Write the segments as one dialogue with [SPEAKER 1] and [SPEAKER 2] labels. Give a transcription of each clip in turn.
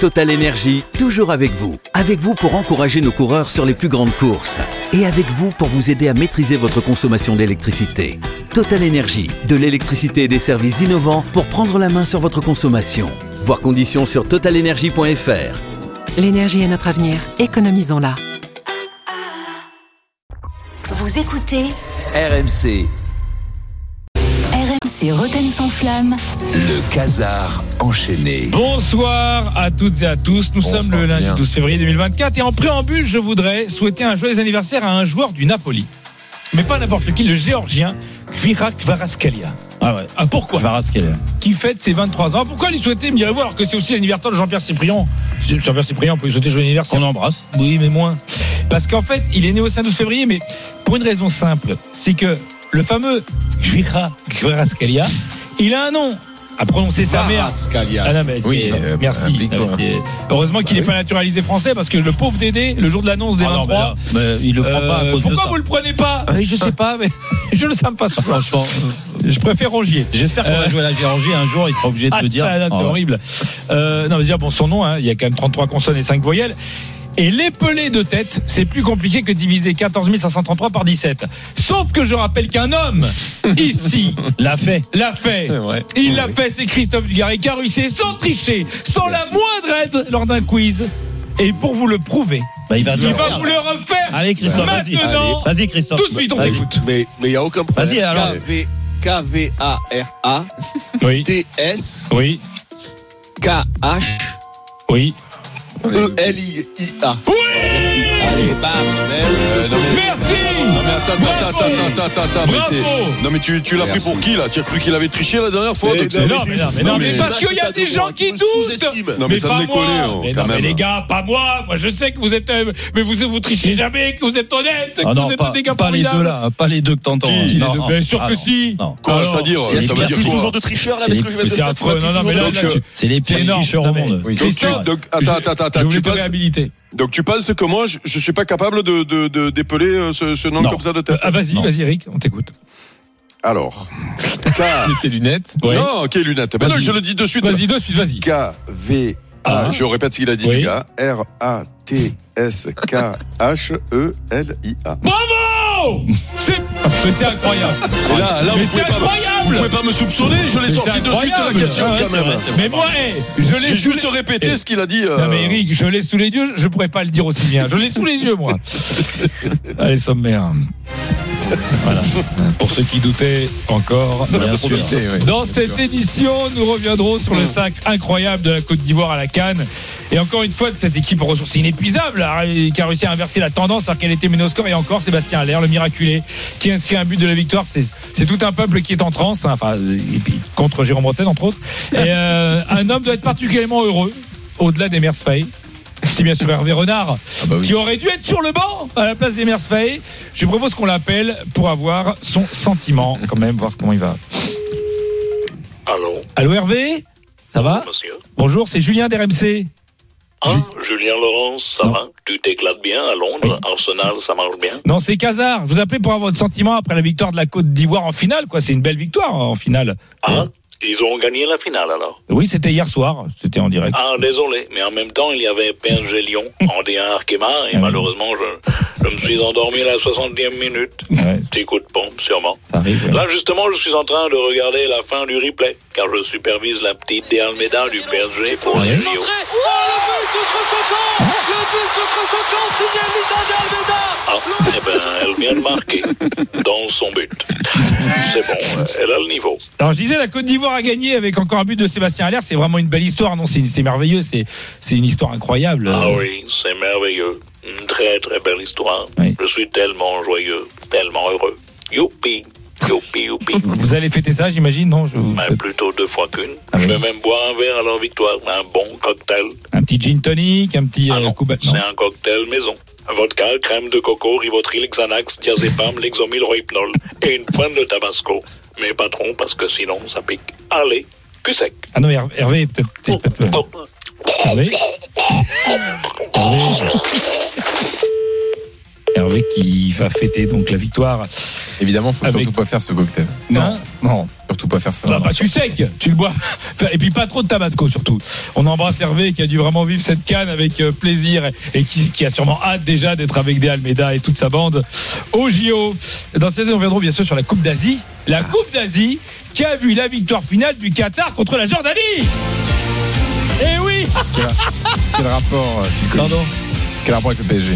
[SPEAKER 1] Total Energy, toujours avec vous. Avec vous pour encourager nos coureurs sur les plus grandes courses. Et avec vous pour vous aider à maîtriser votre consommation d'électricité. Total Energy, de l'électricité et des services innovants pour prendre la main sur votre consommation. Voir conditions sur totalenergy.fr.
[SPEAKER 2] L'énergie est notre avenir, économisons-la.
[SPEAKER 3] Vous écoutez
[SPEAKER 4] RMC,
[SPEAKER 3] RMC Roten sans flamme.
[SPEAKER 4] le casar enchaîné.
[SPEAKER 5] Bonsoir à toutes et à tous. Nous
[SPEAKER 6] Bonsoir,
[SPEAKER 5] sommes le lundi
[SPEAKER 6] bien.
[SPEAKER 5] 12 février 2024 et en préambule, je voudrais souhaiter un joyeux anniversaire à un joueur du Napoli. Mais pas n'importe lequel, le Géorgien Virak Varaskalia. Ah ouais. Ah pourquoi Varaskalia. Qui fête ses 23 ans. Pourquoi lui souhaiter, me direz-vous, alors que c'est aussi l'anniversaire de Jean-Pierre Cyprien Jean-Pierre Cyprien, on peut lui souhaiter joyeux anniversaire. On embrasse. Oui, mais moins. Parce qu'en fait, il est né au 5 12 février, mais pour une raison simple, c'est que le fameux Virak Varaskalia, il a un nom. À prononcer sa mère. Ah non, mais
[SPEAKER 6] Oui,
[SPEAKER 5] c'est-
[SPEAKER 6] euh,
[SPEAKER 5] merci.
[SPEAKER 6] implique-toi. Bah
[SPEAKER 5] Non, mais c'est- Heureusement qu'il n'est pas naturalisé français parce que le pauvre Dédé, le jour de l'annonce des
[SPEAKER 7] Ah
[SPEAKER 5] 23,
[SPEAKER 7] il le prend pas à
[SPEAKER 5] euh,
[SPEAKER 7] cause de
[SPEAKER 5] pourquoi
[SPEAKER 7] ça.
[SPEAKER 5] vous le prenez pas
[SPEAKER 7] Ah oui,
[SPEAKER 5] Je sais pas, mais je le sens pas sur
[SPEAKER 7] Franchement,
[SPEAKER 5] euh, Je préfère Rongier.
[SPEAKER 7] j'espère qu'on
[SPEAKER 5] Euh,
[SPEAKER 7] va jouer à la Géorgie un jour, il sera obligé de
[SPEAKER 5] Ah,
[SPEAKER 7] te dire.
[SPEAKER 5] ça, là, c'est
[SPEAKER 7] Ah ouais.
[SPEAKER 5] horrible. Euh, non, mais déjà, bon, son nom, hein, il y a quand même 33 consonnes et 5 voyelles. Et l'épelé de tête, c'est plus compliqué que diviser 14 533 par 17. Sauf que je rappelle qu'un homme, ici, l'a fait. L'a fait.
[SPEAKER 7] C'est vrai.
[SPEAKER 5] Il l'a fait, c'est Christophe Dugarry, qui a réussi sans tricher, sans la moindre aide lors d'un quiz. Et pour vous le prouver,
[SPEAKER 7] Bah, il va,
[SPEAKER 5] il va vous le refaire.
[SPEAKER 7] Allez, Christophe, vas-y.
[SPEAKER 5] Maintenant.
[SPEAKER 7] Vas-y, Christophe.
[SPEAKER 5] Tout de suite, on
[SPEAKER 7] Vas-y.
[SPEAKER 5] t'écoute.
[SPEAKER 6] Mais il n'y a aucun problème.
[SPEAKER 7] Vas-y, alors.
[SPEAKER 6] K-V- K-V-A-R-A-T-S-K-H-K-A-L-I-A.
[SPEAKER 5] Oui, oui, oui.
[SPEAKER 8] E
[SPEAKER 6] Allez, bam, Mel.
[SPEAKER 9] Euh, non, mais,
[SPEAKER 5] Merci
[SPEAKER 9] non, mais attends, attends,
[SPEAKER 5] Bravo
[SPEAKER 9] attends, attends, attends, attends, mais
[SPEAKER 5] Bravo
[SPEAKER 9] c'est- Non mais tu, tu l'as pris
[SPEAKER 6] Merci.
[SPEAKER 9] pour qui là Tu as cru qu'il avait triché la dernière fois
[SPEAKER 6] Mais
[SPEAKER 9] donc c'est-
[SPEAKER 5] non, mais non, mais non, mais parce qu'il y a
[SPEAKER 6] Là,
[SPEAKER 5] des
[SPEAKER 6] je
[SPEAKER 5] gens
[SPEAKER 6] t'adore,
[SPEAKER 5] qui
[SPEAKER 6] on
[SPEAKER 5] doutent.
[SPEAKER 6] sous-estime.
[SPEAKER 9] Non, mais ça
[SPEAKER 5] pas
[SPEAKER 9] me déconne,
[SPEAKER 5] moi.
[SPEAKER 9] oh,
[SPEAKER 5] Mais
[SPEAKER 9] quand
[SPEAKER 5] non, mais
[SPEAKER 9] même.
[SPEAKER 5] les gars, pas moi. Moi, je sais que vous êtes, euh, mais vous vous trichez jamais, que vous êtes honnête, que
[SPEAKER 7] Ah
[SPEAKER 5] vous
[SPEAKER 7] non,
[SPEAKER 5] êtes
[SPEAKER 7] pas,
[SPEAKER 5] des gars
[SPEAKER 7] pas les
[SPEAKER 5] formidables.
[SPEAKER 7] deux là, pas les deux que t'entends.
[SPEAKER 9] Qui,
[SPEAKER 7] hein.
[SPEAKER 9] les
[SPEAKER 5] Il est
[SPEAKER 7] Non,
[SPEAKER 5] de-
[SPEAKER 7] non.
[SPEAKER 5] Bien sûr
[SPEAKER 7] Ah
[SPEAKER 5] que
[SPEAKER 7] non.
[SPEAKER 5] si.
[SPEAKER 7] Non.
[SPEAKER 9] Quoi,
[SPEAKER 5] Alors,
[SPEAKER 9] ça oh. veut dire
[SPEAKER 7] c'est
[SPEAKER 9] Ça veut
[SPEAKER 7] les
[SPEAKER 9] dire
[SPEAKER 7] cartouches
[SPEAKER 9] quoi
[SPEAKER 6] Toujours de tricheur là,
[SPEAKER 7] C'est
[SPEAKER 6] parce que je vais
[SPEAKER 5] Mais
[SPEAKER 6] mettre
[SPEAKER 5] c'est
[SPEAKER 6] le
[SPEAKER 5] affreux. Non, non, mais là,
[SPEAKER 9] Donc,
[SPEAKER 5] là,
[SPEAKER 9] euh,
[SPEAKER 5] tu-
[SPEAKER 7] C'est les
[SPEAKER 5] C'est
[SPEAKER 7] pires
[SPEAKER 5] énorme.
[SPEAKER 7] tricheurs
[SPEAKER 5] Non,
[SPEAKER 7] au
[SPEAKER 5] mais-
[SPEAKER 7] monde.
[SPEAKER 9] Donc tu,
[SPEAKER 5] Christophe,
[SPEAKER 9] donc, attends,
[SPEAKER 5] je-
[SPEAKER 9] attends, attends,
[SPEAKER 5] je
[SPEAKER 9] attends,
[SPEAKER 5] voulais
[SPEAKER 9] tu
[SPEAKER 5] te
[SPEAKER 9] penses,
[SPEAKER 5] réhabiliter.
[SPEAKER 9] donc tu penses que moi je, je suis pas capable de, de, de- d'épeler euh, ce, ce nom
[SPEAKER 5] Non.
[SPEAKER 9] comme ça de
[SPEAKER 5] Euh,
[SPEAKER 9] tête
[SPEAKER 5] ah, vas-y,
[SPEAKER 7] Non.
[SPEAKER 5] vas-y, Eric, on t'écoute.
[SPEAKER 9] Alors K
[SPEAKER 5] ses lunettes.
[SPEAKER 9] Non, ok lunettes. Ben
[SPEAKER 5] Vas-y.
[SPEAKER 9] non, je le dis de suite.
[SPEAKER 5] Vas-y, de suite, vas-y.
[SPEAKER 9] K V
[SPEAKER 5] Ah.
[SPEAKER 9] A. Je répète ce qu'il a dit
[SPEAKER 5] Oui.
[SPEAKER 9] du gars. R A T S K H E L I A.
[SPEAKER 5] Bravo Oh C'est mais c'est incroyable.
[SPEAKER 9] Et là, là,
[SPEAKER 5] mais
[SPEAKER 9] vous
[SPEAKER 5] c'est
[SPEAKER 9] pouvez pas. Vous
[SPEAKER 5] incroyable.
[SPEAKER 9] pouvez pas me soupçonner, je l'ai
[SPEAKER 5] Mais
[SPEAKER 9] sorti
[SPEAKER 5] c'est
[SPEAKER 9] de suite la
[SPEAKER 5] incroyable.
[SPEAKER 9] question
[SPEAKER 5] Ah ouais,
[SPEAKER 9] quand
[SPEAKER 5] c'est
[SPEAKER 9] même.
[SPEAKER 7] vrai, c'est
[SPEAKER 5] Mais moi, hey, je l'ai
[SPEAKER 9] J'ai
[SPEAKER 5] sous
[SPEAKER 9] juste
[SPEAKER 5] les-
[SPEAKER 9] répété
[SPEAKER 5] Eh,
[SPEAKER 9] ce qu'il a dit. euh,
[SPEAKER 5] Non mais Eric, je l'ai sous les yeux, je pourrais pas le dire aussi bien. Je l'ai sous les yeux moi. Allez sommaire. Voilà. Pour ceux qui doutaient encore,
[SPEAKER 7] Bien sûr. Mmh.
[SPEAKER 5] dans cette édition, nous reviendrons sur le sac incroyable de la Côte d'Ivoire à la Cannes. Et encore une fois, de cette équipe aux ressources inépuisables a- qui a réussi à inverser la tendance alors qu'elle était menée au score. Et encore, Sébastien Allaire, le miraculé, qui inscrit un but de la victoire. C'est c'est tout un peuple qui est en transe, hein, enfin, et puis, contre Jérôme Bretagne, entre autres. Et euh, un homme doit être particulièrement heureux, au-delà des mercefailles. C'est bien sûr Hervé Renard,
[SPEAKER 10] Ah bah
[SPEAKER 5] qui aurait dû être sur le banc à la place des Faye. Je propose qu'on l'appelle pour avoir son sentiment, quand même, voir comment il va.
[SPEAKER 10] Allô,
[SPEAKER 5] Allô Hervé Ça va
[SPEAKER 10] monsieur.
[SPEAKER 5] Bonjour, c'est Julien d'RMC.
[SPEAKER 10] Ah, Julien Laurence, ça
[SPEAKER 5] Non.
[SPEAKER 10] va Tu t'éclates bien à Londres Arsenal, ça marche bien
[SPEAKER 5] Non, c'est Casar. Je vous appelais pour avoir votre sentiment après la victoire de la Côte d'Ivoire en finale, quoi. C'est une belle victoire hein, en finale.
[SPEAKER 10] Ah, ils ont gagné la finale alors
[SPEAKER 5] Oui, c'était hier soir. C'était en direct.
[SPEAKER 10] Ah, désolé, mais en même temps, il y avait PSG Lyon, André Arkema, et
[SPEAKER 5] Ah.
[SPEAKER 10] malheureusement, je, je me suis endormi à la 60e minute.
[SPEAKER 5] Ouais,
[SPEAKER 10] Petit coup de pompe, sûrement.
[SPEAKER 5] ça arrive. ouais.
[SPEAKER 10] Ah. Là, justement, je suis en train de regarder la fin du replay, car je supervise la petite De Almeida du PSG pour les JO. Ah, eh ben, elle vient de marquer dans son but. C'est bon, elle a le niveau.
[SPEAKER 5] Alors je disais la Côte d'Ivoire a gagné avec encore un but de Sébastien Allaire. C'est vraiment une belle histoire. Non, c'est c'est merveilleux. C'est c'est une histoire incroyable.
[SPEAKER 10] Ah oui, c'est merveilleux. Une très très belle histoire.
[SPEAKER 5] Oui.
[SPEAKER 10] Je suis tellement joyeux, tellement heureux. Youpi, youpi, youpi.
[SPEAKER 5] Vous allez fêter ça, j'imagine, non je...
[SPEAKER 10] Mais plutôt deux fois qu'une.
[SPEAKER 5] Ah
[SPEAKER 10] Je
[SPEAKER 5] oui.
[SPEAKER 10] vais même boire un verre à leur victoire. Un bon cocktail.
[SPEAKER 5] Un petit gin tonic, un petit
[SPEAKER 10] Ah
[SPEAKER 5] euh,
[SPEAKER 10] non,
[SPEAKER 5] coup- non.
[SPEAKER 10] c'est un cocktail maison. Vodka, crème de coco, rivotril, xanax, diazépam, lexomil, rohypnol et une pointe de tabasco. Mais patron, parce que sinon ça pique. Allez, que sec.
[SPEAKER 5] Ah non, Hervé, Hervé, peut-être. peut-être- peut-être-
[SPEAKER 10] Oh,
[SPEAKER 5] Hervé. Hervé. Hervé qui va fêter donc la victoire.
[SPEAKER 8] Évidemment, faut
[SPEAKER 5] Avec-
[SPEAKER 8] surtout pas faire ce cocktail.
[SPEAKER 5] Non.
[SPEAKER 8] Surtout pas
[SPEAKER 7] pas faire ça.
[SPEAKER 5] Bah, bah, tu sec, tu le bois. Enfin, Et puis pas trop de tabasco surtout. On embrasse Hervé qui a dû vraiment vivre cette canne avec euh, plaisir et qui, qui a sûrement hâte déjà d'être avec des Almeida et toute sa bande au JO. Dans cette année, on reviendra bien sûr sur la Coupe d'Asie. La Coupe d'Asie qui a vu la victoire finale du Qatar contre la Jordanie. Eh oui
[SPEAKER 7] Quel rapport euh, Phil Collins
[SPEAKER 5] Pardon
[SPEAKER 7] Quel rapport avec le PSG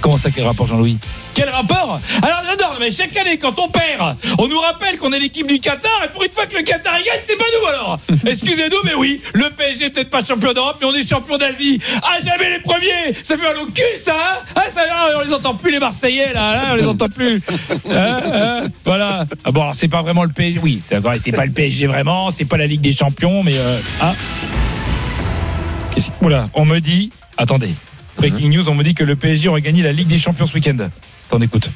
[SPEAKER 5] Comment ça, quel rapport, Jean-Louis Quel rapport Alors, j'adore, mais chaque année, quand on perd, on nous rappelle qu'on est l'équipe du Qatar, et pour une fois que le Qatar y gagne, c'est pas nous alors Excusez-nous, mais oui, le PSG est peut-être pas champion d'Europe, mais on est champion d'Asie À jamais les premiers Ça fait mal au cul, ça hein Ah, ça, là, on les entend plus, les Marseillais, là, là, on les entend plus Hein, hein, Voilà Ah bon, alors, c'est pas vraiment le PSG, oui, c'est vrai, c'est pas le PSG vraiment, c'est pas la Ligue des Champions, mais. euh, ah Qu'est-ce que- Oula, on me dit. Attendez. Breaking
[SPEAKER 7] Mhm.
[SPEAKER 5] news, on me dit que le PSG aurait gagné la Ligue des Champions ce week-end. T'en écoutes.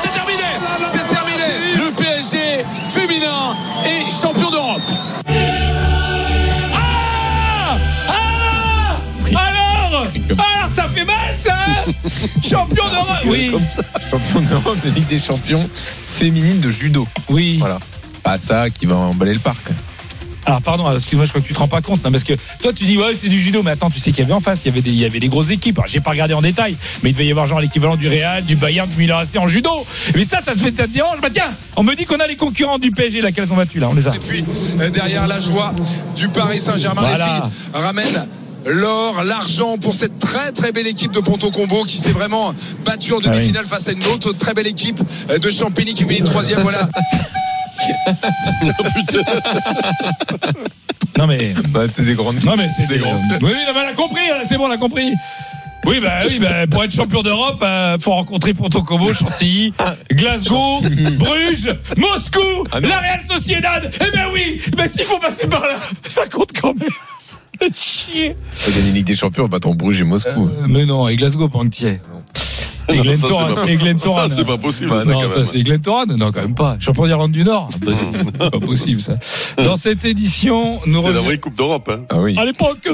[SPEAKER 8] C'est terminé C'est terminé Le PSG féminin est champion d'Europe
[SPEAKER 5] Ah Ah Alors Alors ça fait mal ça hein Champion d'Europe Oui
[SPEAKER 7] Champion d'Europe de Ligue des Champions féminine de judo.
[SPEAKER 5] Oui.
[SPEAKER 7] Voilà. Pas ça qui va emballer le parc.
[SPEAKER 5] Alors pardon, alors, excuse-moi, je crois que tu te rends pas compte, non, parce que toi tu dis ouais c'est du judo, mais attends, tu sais qu'il y avait en face, il y avait des, il y avait des grosses équipes. Alors, J'ai pas regardé en détail, mais il devait y avoir genre l'équivalent du Real, du Bayern, du Milan AC en judo. Mais ça, ça se fait ça te dérange. Bah tiens, on me dit qu'on a les concurrents du PSG, laquelle sont battus là, on les a.
[SPEAKER 8] Et puis euh, derrière la joie du Paris Saint-Germain,
[SPEAKER 5] Voilà.
[SPEAKER 8] les filles ramènent l'or, l'argent pour cette très très belle équipe de Ponto Combo qui s'est vraiment battue en demi-finale face à une autre très belle équipe euh, de Champigny qui finit troisième. Voilà,
[SPEAKER 5] Non mais.
[SPEAKER 7] Bah, c'est des grandes.
[SPEAKER 5] Non mais c'est des gros. Oui, oui, non, mais elle a compris, elle, c'est bon, elle a compris. Oui, bah oui, bah, pour être champion d'Europe, euh, faut rencontrer Porto Como, Chantilly, Glasgow, Bruges, Moscou,
[SPEAKER 7] Ah non.
[SPEAKER 5] la Real Sociedad. Eh ben oui, mais s'il faut passer par là, ça compte quand même. Chier. Euh,
[SPEAKER 7] T'as gagné Ligue des Champions en battant Bruges et Moscou. Ah
[SPEAKER 5] mais non, et Glasgow, pas entier. Et
[SPEAKER 9] Non, ça, c'est
[SPEAKER 5] Glentoran,
[SPEAKER 9] pas-
[SPEAKER 5] et Glentoran.
[SPEAKER 9] ça, Ah, c'est pas possible,
[SPEAKER 5] Bah,
[SPEAKER 9] ça,
[SPEAKER 5] non,
[SPEAKER 9] quand
[SPEAKER 5] ça
[SPEAKER 9] même.
[SPEAKER 5] c'est Glentoran. Non, quand même pas. Champion d'Irlande du Nord. Bah, c'est pas possible ça. Dans cette édition, nous
[SPEAKER 9] C'est la
[SPEAKER 5] revenons-
[SPEAKER 9] vraie Coupe d'Europe. hein.
[SPEAKER 7] Ah oui.
[SPEAKER 5] à l'époque.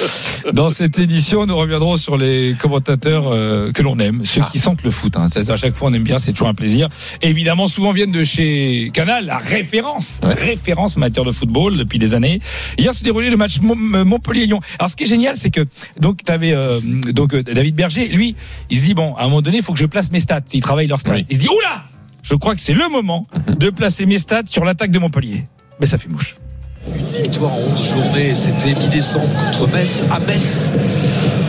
[SPEAKER 5] Dans cette édition, nous reviendrons sur les commentateurs euh, que l'on aime, ceux qui sentent le foot. Hein. C'est- À chaque fois, on aime bien, c'est toujours un plaisir. Évidemment, souvent viennent de chez Canal, la référence,
[SPEAKER 7] Ouais.
[SPEAKER 5] référence en matière de football depuis des années. Hier se déroulait le match Mon- Montpellier-Lyon. Alors, ce qui est génial, c'est que donc t'avais euh, donc euh, David Berger, lui, il se dit bon, à un moment donné, il faut que je place mes stats. Ils travaillent leurs stats.
[SPEAKER 7] Oui.
[SPEAKER 5] Il se dit oula, je crois que c'est le moment de placer mes stats sur l'attaque de Montpellier. Mais ça fait mouche.
[SPEAKER 11] victoire en 11 journées, c'était mi-décembre contre Metz, à Metz.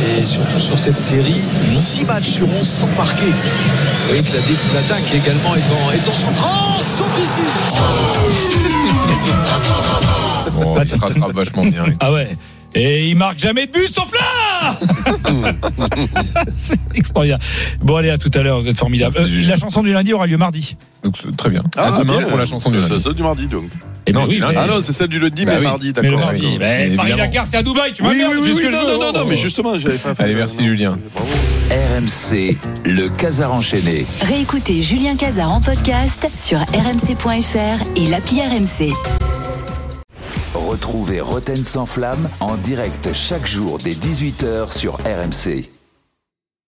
[SPEAKER 11] Et surtout sur cette série, 6 matchs sur 11 sans marquer. Vous voyez que la défense d'attaque également est en, est en souffrance, sauf ici.
[SPEAKER 7] Bon, il se rattrape vachement bien.
[SPEAKER 5] Ah ouais. Et il marque jamais de but sauf là C'est extraordinaire. Bon allez à tout à l'heure, vous êtes formidable.
[SPEAKER 7] Merci, Julien.
[SPEAKER 5] la chanson du lundi aura lieu mardi.
[SPEAKER 7] Donc, c'est très bien.
[SPEAKER 9] Ah,
[SPEAKER 7] À demain
[SPEAKER 9] bien.
[SPEAKER 7] pour la chanson du
[SPEAKER 9] C'est
[SPEAKER 7] lundi.
[SPEAKER 9] celle du mardi, donc.
[SPEAKER 5] Et
[SPEAKER 7] Non,
[SPEAKER 5] oui,
[SPEAKER 7] du
[SPEAKER 5] mais,
[SPEAKER 7] lundi.
[SPEAKER 9] Ah non, c'est celle du lundi,
[SPEAKER 7] Bah
[SPEAKER 9] mais
[SPEAKER 7] oui.
[SPEAKER 9] mardi,
[SPEAKER 5] mais le
[SPEAKER 9] d'accord.
[SPEAKER 5] mardi.
[SPEAKER 7] d'accord.
[SPEAKER 5] mais
[SPEAKER 7] Évidemment.
[SPEAKER 5] Paris-Dakar c'est à Dubaï, tu
[SPEAKER 9] Oui,
[SPEAKER 5] m'emmerdes,
[SPEAKER 9] oui,
[SPEAKER 5] c'est
[SPEAKER 9] oui,
[SPEAKER 5] ce
[SPEAKER 9] oui,
[SPEAKER 5] que je
[SPEAKER 9] non,
[SPEAKER 5] veux.
[SPEAKER 9] non, non, non, mais justement, j'avais pas fait.
[SPEAKER 7] Allez, merci, Julien.
[SPEAKER 9] Bravo.
[SPEAKER 4] RMC, le Casar enchaîné.
[SPEAKER 3] Réécoutez Julien Cazard en podcast sur rmc.fr et l'appli RMC.
[SPEAKER 4] Retrouvez Roten sans flamme en direct chaque jour dès 18h sur RMC.